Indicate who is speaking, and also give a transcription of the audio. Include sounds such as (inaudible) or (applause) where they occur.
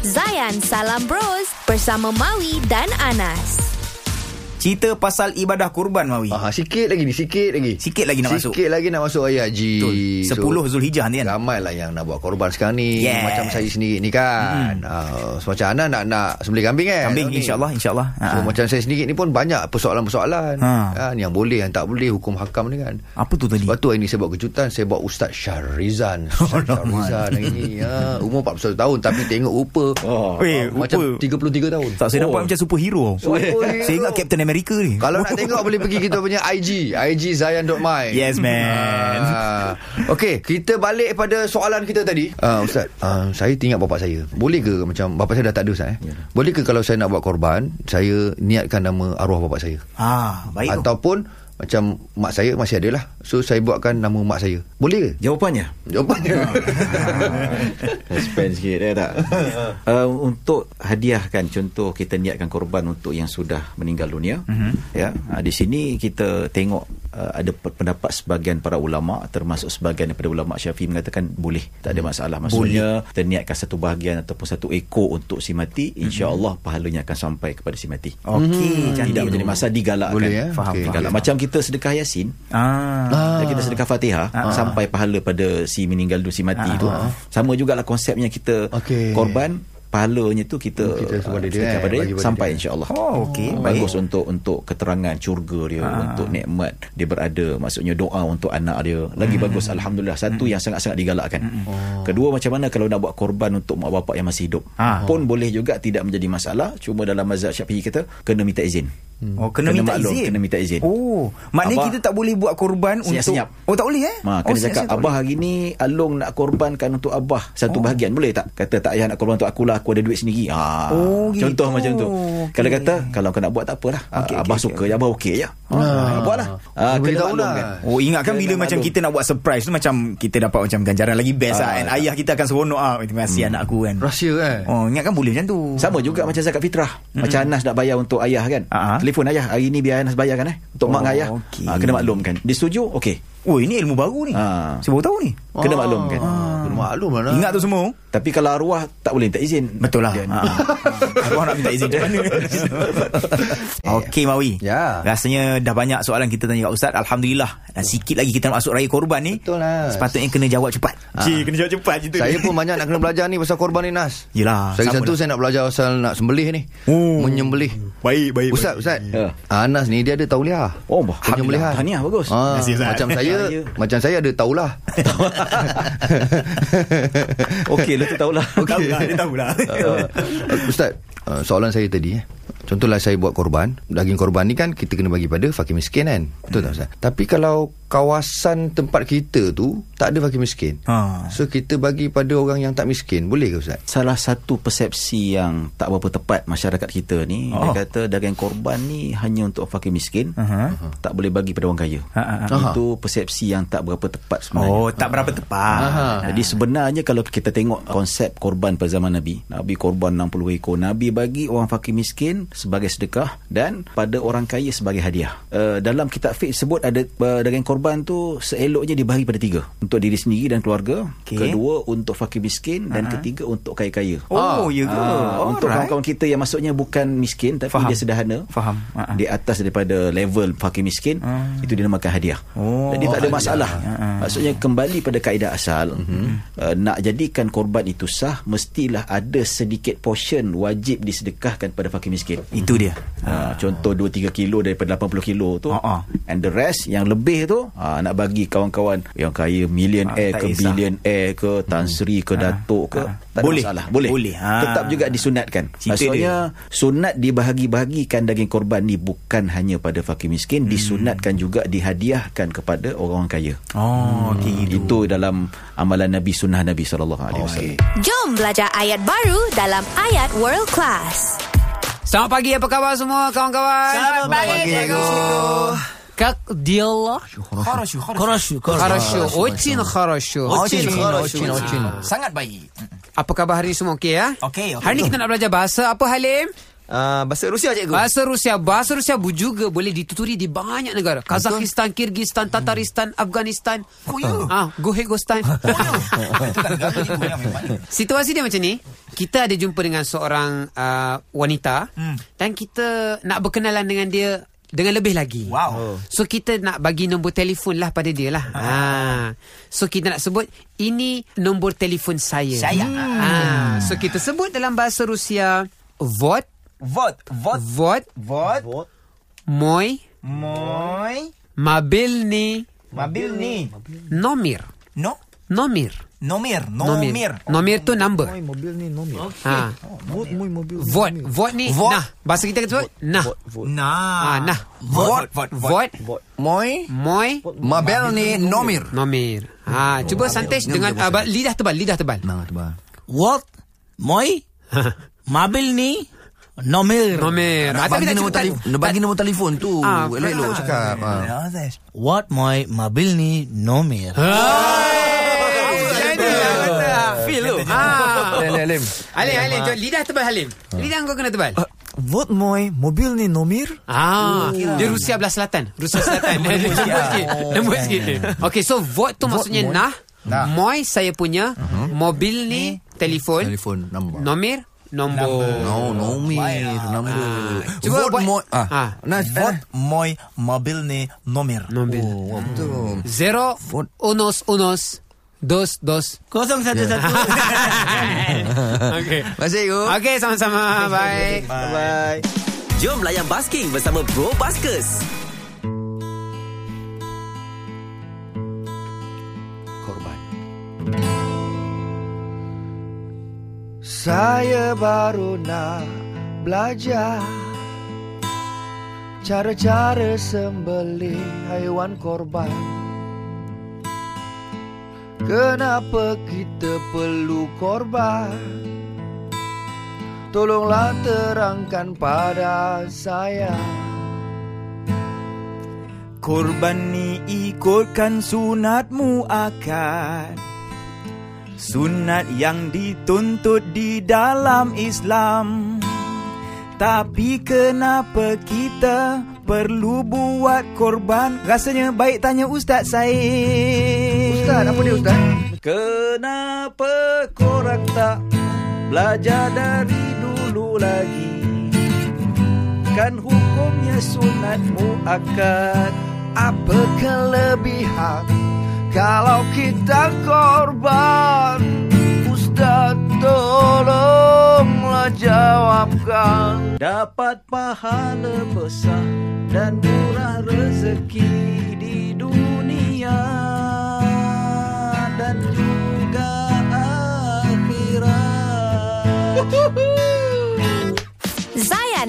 Speaker 1: Zayan Salam Bros bersama Maui dan Anas.
Speaker 2: Cerita pasal ibadah kurban Mawi.
Speaker 3: Ah, sikit lagi ni, sikit lagi.
Speaker 2: Sikit lagi nak masuk.
Speaker 3: Sikit lagi nak masuk hari haji.
Speaker 2: Betul. 10 Zulhijjah ni kan.
Speaker 3: Ramai lah yang nak buat korban sekarang ni
Speaker 2: Yes.
Speaker 3: Macam saya sendiri ni kan mm. uh, Macam Ana nak, nak sembelih kambing kan
Speaker 2: Kambing
Speaker 3: tahun ni.
Speaker 2: insyaAllah insyaAllah. Ha.
Speaker 3: So macam saya sendiri ni pun banyak persoalan-persoalan
Speaker 2: Ha.
Speaker 3: kan, Yang boleh, yang tak boleh Hukum hakam ni kan
Speaker 2: Apa tu tadi?
Speaker 3: Lepas tu hari ni saya buat kejutan Saya buat Ustaz
Speaker 2: (laughs)
Speaker 3: Syahrizan Ustaz Syahrizan hari ni ha, Umur 41 tahun Tapi tengok rupa
Speaker 2: Oh.
Speaker 3: Ah,
Speaker 2: Weh,
Speaker 3: Macam
Speaker 2: rupa.
Speaker 3: 33 tahun
Speaker 2: Tak saya
Speaker 4: Oh.
Speaker 2: nampak macam superhero.
Speaker 4: (laughs)
Speaker 3: Superhero.
Speaker 2: Saya ingat Captain America ni.
Speaker 3: Kalau nak tengok boleh pergi kita punya IG IG Zayan.my
Speaker 2: Yes, man.
Speaker 3: ah. Okay Kita balik pada soalan kita tadi ah, Ustaz ah, Saya tinggal bapak saya Boleh ke macam Bapak saya dah tak ada Ustaz
Speaker 2: Ya.
Speaker 3: eh? Boleh ke kalau saya nak buat korban Saya niatkan nama arwah bapak saya
Speaker 2: Ah, baik tu.
Speaker 3: Ataupun Macam mak saya masih ada lah So saya buatkan nama mak saya Boleh ke?
Speaker 4: Jawapannya
Speaker 3: Jawapannya
Speaker 4: Expand sikit ya tak uh, Untuk hadiahkan Contoh kita niatkan korban Untuk yang sudah meninggal dunia mm-hmm. ya uh, Di sini kita tengok uh, Ada pe- pendapat sebahagian para ulama Termasuk sebahagian daripada ulama syafi'i Mengatakan boleh Tak ada masalah Maksudnya boleh. Kita niatkan satu bahagian Ataupun satu ekor Untuk si mati InsyaAllah pahalanya akan sampai kepada si mati Hmm,
Speaker 2: Okey, cantik.
Speaker 4: Tidak menjadi masalah Digalakkan
Speaker 3: Boleh, ya?
Speaker 4: Faham,
Speaker 3: Okey.
Speaker 4: digalak. Macam kita sedekah yasin
Speaker 2: Ah.
Speaker 3: Ah.
Speaker 4: Dan kita sedekah Fatihah sampai pahala pada si meninggal tu si mati tu. Sama jugalah konsepnya kita
Speaker 3: Ah. Okey.
Speaker 4: korban pahalanya tu kita,
Speaker 3: Oh, kita kepada
Speaker 4: ah,
Speaker 3: dia,
Speaker 4: sedekah
Speaker 3: eh,
Speaker 4: pada dia,
Speaker 3: bagi pada
Speaker 4: sampai
Speaker 3: dia.
Speaker 4: insyaallah. Ah,
Speaker 2: Oh, okey, baik.
Speaker 4: Bagus untuk untuk keterangan syurga dia,
Speaker 3: Ah.
Speaker 4: untuk nikmat dia berada, maksudnya doa untuk anak dia. Lagi
Speaker 3: Hmm.
Speaker 4: bagus alhamdulillah satu yang sangat-sangat digalakkan.
Speaker 3: Oh.
Speaker 4: Kedua macam mana kalau nak buat korban untuk mak bapak yang masih hidup?
Speaker 2: Ah.
Speaker 4: Pun boleh juga tidak menjadi masalah, cuma dalam mazhab Syafi'i kita kena minta izin.
Speaker 3: Hmm.
Speaker 2: Oh, kena,
Speaker 4: Kena
Speaker 2: minta
Speaker 4: maklum,
Speaker 2: izin.
Speaker 4: kena minta izin.
Speaker 2: Oh, maknanya
Speaker 4: Abah-
Speaker 2: kita tak boleh buat korban untuk
Speaker 4: Senyap-senyap.
Speaker 2: Oh, tak boleh eh?
Speaker 4: Ma,
Speaker 2: oh,
Speaker 4: kena cakap
Speaker 2: senyap-senyap tak
Speaker 4: Abah hari ni Along nak korbankan untuk Abah Satu oh. bahagian Boleh tak? Kata tak payah nak korban untuk akulah Aku ada duit sendiri ha,
Speaker 2: Oh, gitu.
Speaker 4: Contoh macam tu
Speaker 2: Okey.
Speaker 4: Kalau kata Kalau kau nak buat tak apalah
Speaker 2: Okey,
Speaker 4: okay,
Speaker 2: okey,
Speaker 4: Abah
Speaker 2: okey,
Speaker 4: okay, suka okay. je Abah okey je ha, Buatlah ha,
Speaker 3: Dia
Speaker 4: Kena
Speaker 3: beritahu
Speaker 4: maklum
Speaker 3: lah.
Speaker 4: kan
Speaker 2: boleh. Oh, ingatkan bila
Speaker 4: Kena
Speaker 2: macam
Speaker 4: maklum.
Speaker 2: kita nak buat surprise tu macam kita dapat macam ganjaran lagi best ah,
Speaker 4: ya.
Speaker 2: and ayah kita akan seronok ah. Terima
Speaker 4: Hmm.
Speaker 2: kasih anak aku kan.
Speaker 3: Rahsia kan?
Speaker 2: Oh, ingatkan boleh macam tu.
Speaker 4: sama juga macam zakat fitrah.
Speaker 2: Hmm.
Speaker 4: Macam Anas nak bayar untuk ayah kan.
Speaker 2: Ah.
Speaker 4: Telefon ayah, hari ni biar Anas bayarkan eh. Untuk mak
Speaker 2: Oh,
Speaker 4: dengan ayah.
Speaker 2: okey.
Speaker 4: Ha, kena maklumkan. Dia setuju? Okey.
Speaker 2: Oh, ini ilmu baru ni.
Speaker 4: Ah.
Speaker 2: Saya baru tahu ni.
Speaker 4: Kena maklumkan.
Speaker 3: Kena maklum lah nak.
Speaker 2: kan? Ingat tu semua.
Speaker 4: Tapi kalau arwah tak boleh minta izin.
Speaker 2: Betul lah.
Speaker 4: Dia-
Speaker 2: Ha. (laughs) Aku nak minta izin macam mana. Okey Mawi.
Speaker 3: Ya. Hmm.
Speaker 2: Rasanya dah banyak soalan kita tanya kat Ustaz. Alhamdulillah. Dan sikit lagi kita nak masuk raya korban ni.
Speaker 3: Betul lah.
Speaker 2: Sepatutnya kena jawab cepat. Ha. Cik, kena jawab cepat cerita
Speaker 3: Saya
Speaker 2: ni.
Speaker 3: pun banyak nak kena belajar ni Pasal korban ni Nas
Speaker 2: Yelah,
Speaker 3: Lagi
Speaker 2: sama
Speaker 3: satu
Speaker 2: lah.
Speaker 3: saya nak belajar Pasal nak sembelih ni
Speaker 2: (laughs) Oh.
Speaker 3: Menyembelih
Speaker 2: Baik, baik.
Speaker 3: Ustaz,
Speaker 2: baik.
Speaker 3: Ustaz
Speaker 4: Ya.
Speaker 3: Anas ni dia ada tauliah
Speaker 4: Oh, bah-
Speaker 3: Penyembelihan
Speaker 4: Tahniah, bagus.
Speaker 3: Ah,
Speaker 2: Terima kasih, Ustaz.
Speaker 3: Macam saya
Speaker 4: Saya-
Speaker 3: Macam saya ada
Speaker 4: (laughs)
Speaker 3: taulah
Speaker 4: Okey, lu tu
Speaker 2: (laughs)
Speaker 4: tahulah.
Speaker 2: Tahu lah, dia tahu
Speaker 3: (laughs)
Speaker 2: lah.
Speaker 3: Ah, Ustaz ah, Soalan saya tadi eh Contohlah saya buat korban Daging korban ni kan Kita kena bagi pada Fakir miskin kan Betul tak Ustaz
Speaker 2: Hmm.
Speaker 3: Tapi kalau Kawasan tempat kita tu Tak ada fakir miskin
Speaker 2: Ha.
Speaker 3: So kita bagi pada orang yang tak miskin Boleh ke Ustaz
Speaker 4: Salah satu persepsi yang tak berapa tepat masyarakat kita ni oh.
Speaker 2: Oh.
Speaker 4: dia kata daging korban ni hanya untuk fakir miskin
Speaker 2: Aha.
Speaker 4: tak boleh bagi pada orang kaya.
Speaker 2: Ha, ha,
Speaker 4: Itu persepsi yang tak berapa tepat sebenarnya.
Speaker 2: Oh, tak berapa tepat. Ah.
Speaker 4: Jadi sebenarnya kalau kita tengok konsep korban pada zaman Nabi. Nabi korban 60 ekor. Nabi bagi orang fakir miskin sebagai sedekah dan pada orang kaya sebagai hadiah. Uh, dalam kitab fiqh sebut ada uh, daging korban tu seeloknya dibahagi pada tiga. Untuk diri sendiri dan keluarga.
Speaker 2: Okey.
Speaker 4: Kedua untuk fakir miskin dan ketiga untuk kaya-kaya.
Speaker 2: Oh, ya ke?
Speaker 4: Ah, untuk
Speaker 2: Alright.
Speaker 4: kawan-kawan kita yang maksudnya bukan miskin tapi
Speaker 2: Faham.
Speaker 4: dia sederhana.
Speaker 2: Faham. Ha, ha.
Speaker 4: Di atas daripada level fakir miskin itu dinamakan hadiah.
Speaker 2: Oh,
Speaker 4: Jadi tak ada
Speaker 2: hadiah.
Speaker 4: masalah.
Speaker 2: Ah.
Speaker 4: Maksudnya kembali pada kaedah asal
Speaker 2: Mhm.
Speaker 4: uh, nak jadikan korban itu sah mestilah ada sedikit portion wajib disedekahkan pada fakir miskin.
Speaker 2: Itu dia.
Speaker 4: Ha, contoh 2-3 kilo daripada 80 kilo tu
Speaker 2: Ha, ha.
Speaker 4: and the rest yang lebih tu ha, nak bagi kawan-kawan yang kaya million
Speaker 2: Ha,
Speaker 4: air
Speaker 2: tak
Speaker 4: ke
Speaker 2: kisah. Mhm. Ah,
Speaker 4: billion air ke Tan Sri ke Datuk ke tak ada
Speaker 2: Boleh.
Speaker 4: masalah boleh,
Speaker 2: Boleh. Ha.
Speaker 4: tetap juga disunatkan
Speaker 2: Cerita
Speaker 4: maksudnya sunat dibahagi-bahagikan daging korban ni bukan hanya pada fakir miskin
Speaker 2: Hmm.
Speaker 4: disunatkan juga dihadiahkan kepada orang-orang kaya
Speaker 2: Oh, okey gitu.
Speaker 4: itu dalam amalan Nabi sunnah Nabi sallallahu alaihi wasallam
Speaker 1: Jom belajar ayat baru dalam Ayat World Class.
Speaker 5: Selamat pagi apa khabar semua kawan-kawan? Selamat pagi cikgu. Как дела? Хорошо, хорошо. Хорошо. Очень хорошо.
Speaker 3: Очень хорошо. (laughs)
Speaker 5: Sangat baik. Apa khabar hari ini semua okey ya? Okey, Hari ni kita nak belajar bahasa apa Halim?
Speaker 4: uh, bahasa Rusia cikgu.
Speaker 5: Bahasa Rusia Bahasa Rusia bu- juga boleh dituturi di banyak negara Kazakhstan, Kyrgyzstan, Tataristan, Afghanistan Oh Hmm. ya ah, Go ahead, Gostan (laughs) Situasi dia macam ni Kita ada jumpa dengan seorang uh, wanita Dan kita nak berkenalan dengan dia dengan lebih lagi
Speaker 2: Wow.
Speaker 3: Oh.
Speaker 5: So kita nak bagi nombor telefon lah pada dia lah ha. So kita nak sebut Ini nombor telefon saya
Speaker 2: Saya.
Speaker 5: ha. So kita sebut dalam bahasa Rusia Vot
Speaker 4: Vot, vot,
Speaker 5: Vot
Speaker 2: Vot
Speaker 4: vot,
Speaker 5: Мой
Speaker 2: Moi
Speaker 5: мобильный
Speaker 2: Mabil ni
Speaker 5: номер.
Speaker 2: No
Speaker 5: Номер.
Speaker 2: Nomir
Speaker 5: Номер.
Speaker 2: Nomir
Speaker 5: Номер tu number.
Speaker 4: mobil ni nomor.
Speaker 5: Ha.
Speaker 4: Vot, moi mobil.
Speaker 5: Vote. Vote ni
Speaker 2: Vote.
Speaker 5: nah. Bahasa kita kata vote. Nah.
Speaker 2: Nah
Speaker 5: Ah, nah.
Speaker 2: Vot Vot Vot
Speaker 5: Vote.
Speaker 4: Moi
Speaker 5: Мой
Speaker 4: Mabel ni nomir.
Speaker 5: номер. Ha, cuba santai dengan ah, ba- lidah tebal, lidah tebal.
Speaker 3: Nah, tu bah.
Speaker 6: What? Moi?
Speaker 5: (laughs)
Speaker 6: Mabil ni? Nomir.
Speaker 5: Nomor.
Speaker 3: Nak
Speaker 5: Ah,
Speaker 3: bagi
Speaker 5: tapi tak
Speaker 3: nombor
Speaker 5: cukup.
Speaker 3: telefon, nak bagi nombor telefon tu.
Speaker 5: Ah,
Speaker 3: Elok-elok cakap. Ah.
Speaker 6: What moi? Mabil ni? Nomir.
Speaker 5: Feel tu.
Speaker 3: Ah.
Speaker 5: Ha.
Speaker 3: Alim.
Speaker 5: Halim, Halim.
Speaker 3: Ah.
Speaker 5: jom. Lidah tebal, Halim. Lidah kau kena tebal.
Speaker 4: Vot Ah, moi mobil ni nomir.
Speaker 3: Oh,
Speaker 5: Ah, dia Rusia belah selatan. Rusia
Speaker 3: (laughs)
Speaker 5: selatan. Dia Lembut sikit. Lembut sikit. Okey, so vote tu maksudnya nah. Moi saya punya mobil ni telefon.
Speaker 3: Mhm. Telefon nombor.
Speaker 5: Nomor nombor.
Speaker 3: No, nomi, nombor.
Speaker 5: Ah, Cuba
Speaker 3: Vote
Speaker 5: buat-
Speaker 3: moi. Ah.
Speaker 5: Ah.
Speaker 3: Nas
Speaker 2: Vot Moi Mabil ni Nomir
Speaker 5: Nombor.
Speaker 3: Oh, betul.
Speaker 5: Zero
Speaker 3: Vote.
Speaker 5: unos unos dos dos.
Speaker 6: Kosong satu satu.
Speaker 5: (laughs) Okey.
Speaker 3: Masih cikgu.
Speaker 5: Okey, sama-sama. Bye.
Speaker 4: Bye.
Speaker 7: Jom layan basking bersama Bro Baskers.
Speaker 3: korban. Saya baru nak belajar cara-cara sembelih haiwan korban. Kenapa kita perlu korban? Tolonglah terangkan pada saya.
Speaker 4: Korban ni ikutkan sunat muakkad Sunat yang dituntut di dalam Islam Tapi kenapa kita perlu buat korban? Rasanya baik tanya Ustaz Said Ustaz, apa dia Ustaz? Kenapa korang tak belajar dari dulu lagi? Kan hukumnya sunat muakkad Apa kelebihan Kalau kita korban Ustaz tolonglah jawabkan Dapat pahala besar Dan murah rezeki di dunia Dan juga akhirat
Speaker 1: Zayan